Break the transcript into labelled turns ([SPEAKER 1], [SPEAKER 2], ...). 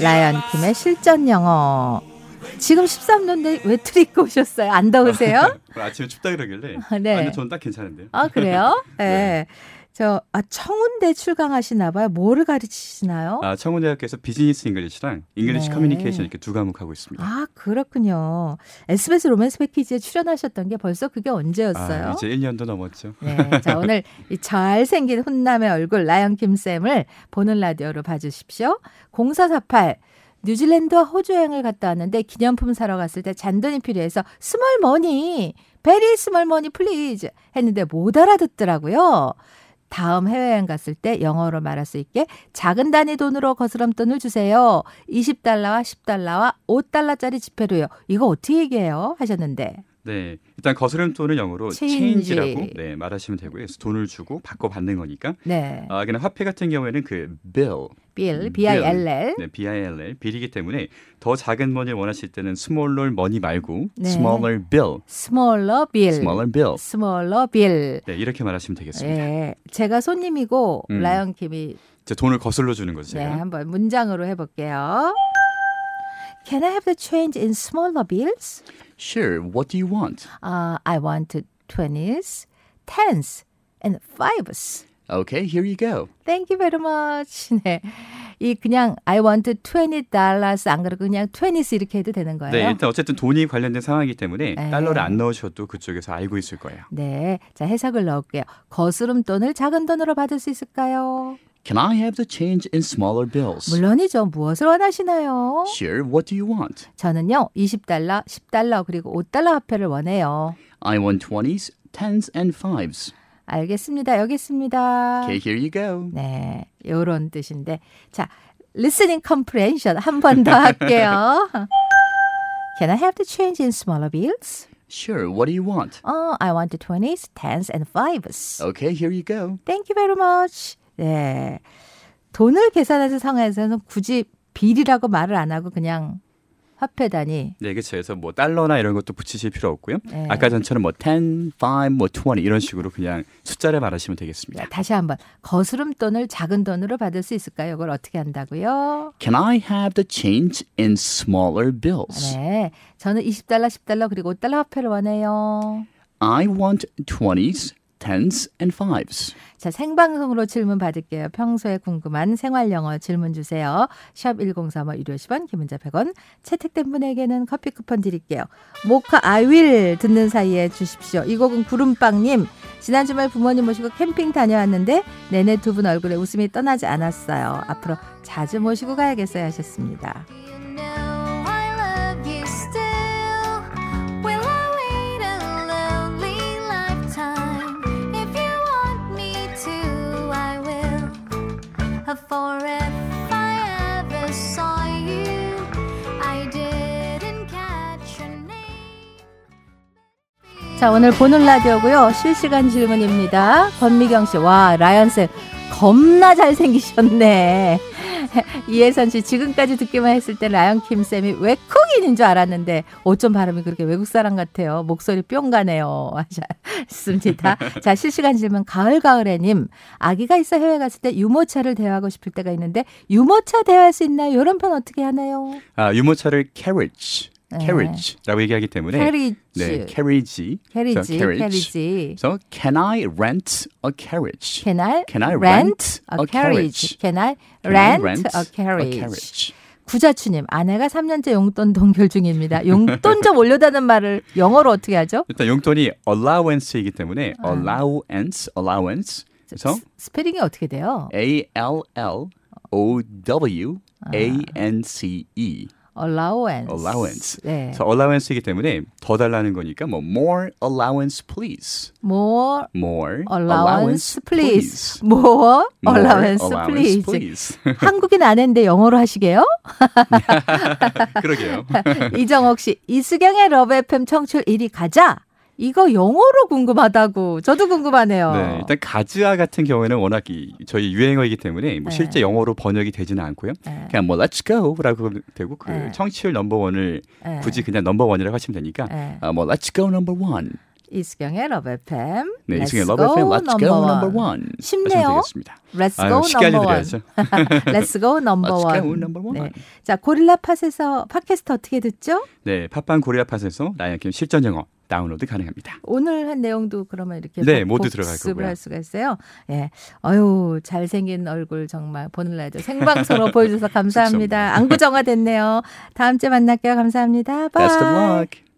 [SPEAKER 1] 라이언 팀의 실전 영어. 지금 13도인데 왜 트리고 오셨어요? 안 더우세요?
[SPEAKER 2] 아침에 춥다 그러길래.
[SPEAKER 1] 아, 네.
[SPEAKER 2] 아, 근데 저는 딱 괜찮은데요.
[SPEAKER 1] 아 그래요? 예.
[SPEAKER 2] 네.
[SPEAKER 1] 저 아, 청운대 출강하시나 봐요. 뭐를 가르치시나요?
[SPEAKER 2] 아, 청운대학교에서 비즈니스 잉글리시랑 잉글리시
[SPEAKER 1] 네.
[SPEAKER 2] 커뮤니케이션 이렇게 두 과목 하고 있습니다.
[SPEAKER 1] 아 그렇군요. SBS 로맨스 패키지에 출연하셨던 게 벌써 그게 언제였어요?
[SPEAKER 2] 아, 이제 1년도 넘었죠.
[SPEAKER 1] 네, 자 오늘 이 잘생긴 훈남의 얼굴 라영 김 쌤을 보는 라디오로 봐주십시오. 0448 뉴질랜드와 호주 여행을 갔다 왔는데 기념품 사러 갔을 때 잔돈이 필요해서 스몰 머니 베리 스몰 머니 플리즈 했는데 못 알아듣더라고요. 다음 해외여행 갔을 때 영어로 말할 수 있게 작은 단위 돈으로 거스름돈을 주세요. 20달러와 10달러와 5달러짜리 지폐로요. 이거 어떻게 얘기해요? 하셨는데.
[SPEAKER 2] 네. 일단 거스름돈을 영어로
[SPEAKER 1] 체인지.
[SPEAKER 2] 체인지라고 네, 말하시면 되고요. 그래서 돈을 주고 바꿔 받는 거니까.
[SPEAKER 1] 네.
[SPEAKER 2] 아, 그냥 화폐 같은 경우에는 그 bill,
[SPEAKER 1] 빌, B-I-L-L.
[SPEAKER 2] 네, bill, 빌이기 때문에 더 작은 머니를 원하실 때는 smaller money 말고
[SPEAKER 1] 네.
[SPEAKER 2] smaller bill,
[SPEAKER 1] 스몰러 빌.
[SPEAKER 2] smaller bill.
[SPEAKER 1] 스몰러 빌.
[SPEAKER 2] 네, 이렇게 말하시면 되겠습니다.
[SPEAKER 1] 예. 제가 손님이고
[SPEAKER 2] 음.
[SPEAKER 1] 라이언 킴이
[SPEAKER 2] 이제 돈을 거슬러 주는 거죠,
[SPEAKER 1] 네,
[SPEAKER 2] 제가.
[SPEAKER 1] 한번 문장으로 해 볼게요. Can I have the change in smaller bills?
[SPEAKER 2] Sure, what do you want?
[SPEAKER 1] Uh, I want 20s, 10s and 5s.
[SPEAKER 2] Okay, here you go.
[SPEAKER 1] Thank you very much. 네. 이 그냥 I want 20 dollars 안 그러고 그냥 20s 이렇게 해도 되는 거예요.
[SPEAKER 2] 네, 일단 어쨌든 돈이 관련된 상황이기 때문에
[SPEAKER 1] 네.
[SPEAKER 2] 달러를 안 넣으셔도 그쪽에서 알고 있을 거예요.
[SPEAKER 1] 네, 자 해석을 넣을게요. 거스름 돈을 작은 돈으로 받을 수 있을까요?
[SPEAKER 2] Can I have the change in smaller bills?
[SPEAKER 1] 물론이죠. 무엇을 원하시나요?
[SPEAKER 2] Sure, what do you want?
[SPEAKER 1] 저는요, 20달러, 10달러, 그리고 5달러 화폐를 원해요.
[SPEAKER 2] I want 20s, 10s and 5s.
[SPEAKER 1] 알겠습니다. 여기 있습니다.
[SPEAKER 2] Okay, here you go.
[SPEAKER 1] 네, 요런 뜻인데. 자, listening comprehension 한 번 더 할게요. Can I have the change in smaller bills?
[SPEAKER 2] Sure, what do you want?
[SPEAKER 1] Oh, I want the 20s, 10s and 5s.
[SPEAKER 2] Okay, here you go.
[SPEAKER 1] Thank you very much. 네. 돈을 계산해서 상황에서는 굳이 빌이라고 말을 안 하고 그냥 화폐 단위.
[SPEAKER 2] 네, 그렇죠. 그래서 뭐 달러나 이런 것도 붙이실 필요 없고요.
[SPEAKER 1] 네.
[SPEAKER 2] 아까 전처럼 뭐 10, 5, 뭐 20 이런 식으로 그냥 숫자를 말하시면 되겠습니다.
[SPEAKER 1] 자, 다시 한번 거스름 돈을 작은 돈으로 받을 수 있을까요? 이걸 어떻게 한다고요?
[SPEAKER 2] Can I have the change in smaller bills?
[SPEAKER 1] 네, 저는 20달러, 10달러 그리고 5달러 화폐를 원해요.
[SPEAKER 2] I want 20s, 10s and 5s.
[SPEAKER 1] 자, 생방송으로 질문 받을게요. 평소에 궁금한 생활 영어 질문 주세요. 샵 1035, 유료 10원, 김은자 100원. 채택된 분에게는 커피 쿠폰 드릴게요. 모카 아윌 듣는 사이에 주십시오. 이 곡은 구름빵님. 지난 주말 부모님 모시고 캠핑 다녀왔는데 내내 두 분 얼굴에 웃음이 떠나지 않았어요. 앞으로 자주 모시고 가야겠어요 하셨습니다.
[SPEAKER 3] Do you know I love you still? Will I wait a lonely lifetime? If you want me to, I will. For if I ever saw you, I didn't catch your name.
[SPEAKER 1] 자, 오늘 보는 라디오고요. 실시간 질문입니다. 권미경 씨, 와, 라이언 쌤, 겁나 잘생기셨네. 이혜선 씨, 지금까지 듣기만 했을 때 라이언 킴 쌤이 외국인인 줄 알았는데, 어쩜 발음이 그렇게 외국 사람 같아요. 목소리 뿅 가네요. 하셨습니다. 자, 실시간 질문, 가을가을애님, 아기가 있어 해외 갔을 때 유모차를 대여하고 싶을 때가 있는데, 유모차 대여할 수 있나요? 이런 편 어떻게 하나요?
[SPEAKER 2] 아, 유모차를 carriage,
[SPEAKER 1] 네.
[SPEAKER 2] carriage라고 얘기하기 때문에
[SPEAKER 1] 캐리지.
[SPEAKER 2] 네, carriage.
[SPEAKER 1] 캐리지,
[SPEAKER 2] 자, carriage.
[SPEAKER 1] 캐리지.
[SPEAKER 2] So can I rent a carriage?
[SPEAKER 1] Can I,
[SPEAKER 2] Can I
[SPEAKER 1] rent,
[SPEAKER 2] rent
[SPEAKER 1] a
[SPEAKER 2] a
[SPEAKER 1] carriage?
[SPEAKER 2] carriage?
[SPEAKER 1] Can I
[SPEAKER 2] Can I
[SPEAKER 1] rent, a carriage?
[SPEAKER 2] a carriage?
[SPEAKER 1] 구자추님, 아내가 3년째 용돈 동결 중입니다. 용돈 좀 올려달라는 말을 영어로 어떻게 하죠?
[SPEAKER 2] 일단 용돈이 allowance이기 때문에
[SPEAKER 1] 아.
[SPEAKER 2] allowance, allowance. 그래서
[SPEAKER 1] 스- 스페링이 어떻게 돼요?
[SPEAKER 2] A L L O W
[SPEAKER 1] 아.
[SPEAKER 2] A N C E.
[SPEAKER 1] Allowance.
[SPEAKER 2] allowance.
[SPEAKER 1] 네.
[SPEAKER 2] 그래서 allowance이기 때문에 더 달라는 거니까 뭐 more allowance please.
[SPEAKER 1] More
[SPEAKER 2] more
[SPEAKER 1] allowance, please. More
[SPEAKER 2] More Oh,
[SPEAKER 1] allowance,
[SPEAKER 2] allowance,
[SPEAKER 1] please.
[SPEAKER 2] please.
[SPEAKER 1] 한국인 아내인데 영어로 하시게요?
[SPEAKER 2] 그러게요.
[SPEAKER 1] 네. 이정옥 씨, 이수경의 러브 FM 청출 1위 가자. 이거 영어로 궁금하다고. 저도 궁금하네요.
[SPEAKER 2] 네, 일단 가즈아 같은 경우에는 워낙 이, 저희 유행어이기 때문에 뭐
[SPEAKER 1] 네.
[SPEAKER 2] 실제 영어로 번역이 되지는 않고요.
[SPEAKER 1] 네.
[SPEAKER 2] 그냥 뭐 Let's go라고 되고 그
[SPEAKER 1] 네.
[SPEAKER 2] 청취율 넘버 원을
[SPEAKER 1] 네.
[SPEAKER 2] 굳이 그냥 넘버 원이라고 하시면 되니까
[SPEAKER 1] 네.
[SPEAKER 2] 아, 뭐 Let's go number one,
[SPEAKER 1] 이수경의 러브 FM.
[SPEAKER 2] 네,
[SPEAKER 1] Let's
[SPEAKER 2] 이승의 러브 FM Let's
[SPEAKER 1] number
[SPEAKER 2] Go
[SPEAKER 1] one.
[SPEAKER 2] Number One
[SPEAKER 1] 쉽네요.
[SPEAKER 2] 말씀드리겠습니다.
[SPEAKER 1] Let's
[SPEAKER 2] 아유,
[SPEAKER 1] go
[SPEAKER 2] 쉽게
[SPEAKER 1] number one.
[SPEAKER 2] 알려드려야죠. 아,
[SPEAKER 1] Let's go number
[SPEAKER 2] Let's
[SPEAKER 1] one.
[SPEAKER 2] go number one.
[SPEAKER 1] 네. 자, 고릴라 팟에서 팟캐스트 어떻게 듣죠?
[SPEAKER 2] 네, 팟빵 코리아 팟에서 라이언킴 실전 영어 다운로드 가능합니다.
[SPEAKER 1] 오늘 한 내용도 그러면 이렇게
[SPEAKER 2] 네,
[SPEAKER 1] 복-
[SPEAKER 2] 모두 들어갈
[SPEAKER 1] 복습을
[SPEAKER 2] 거고요.
[SPEAKER 1] 할 수가 있어요. 예. 어유, 잘생긴 얼굴 정말 보는 라디오 생방송으로 보여 주셔서 감사합니다. 안구정화 됐네요. 다음 주에 만날게요. 감사합니다. 바이.
[SPEAKER 2] Best of luck.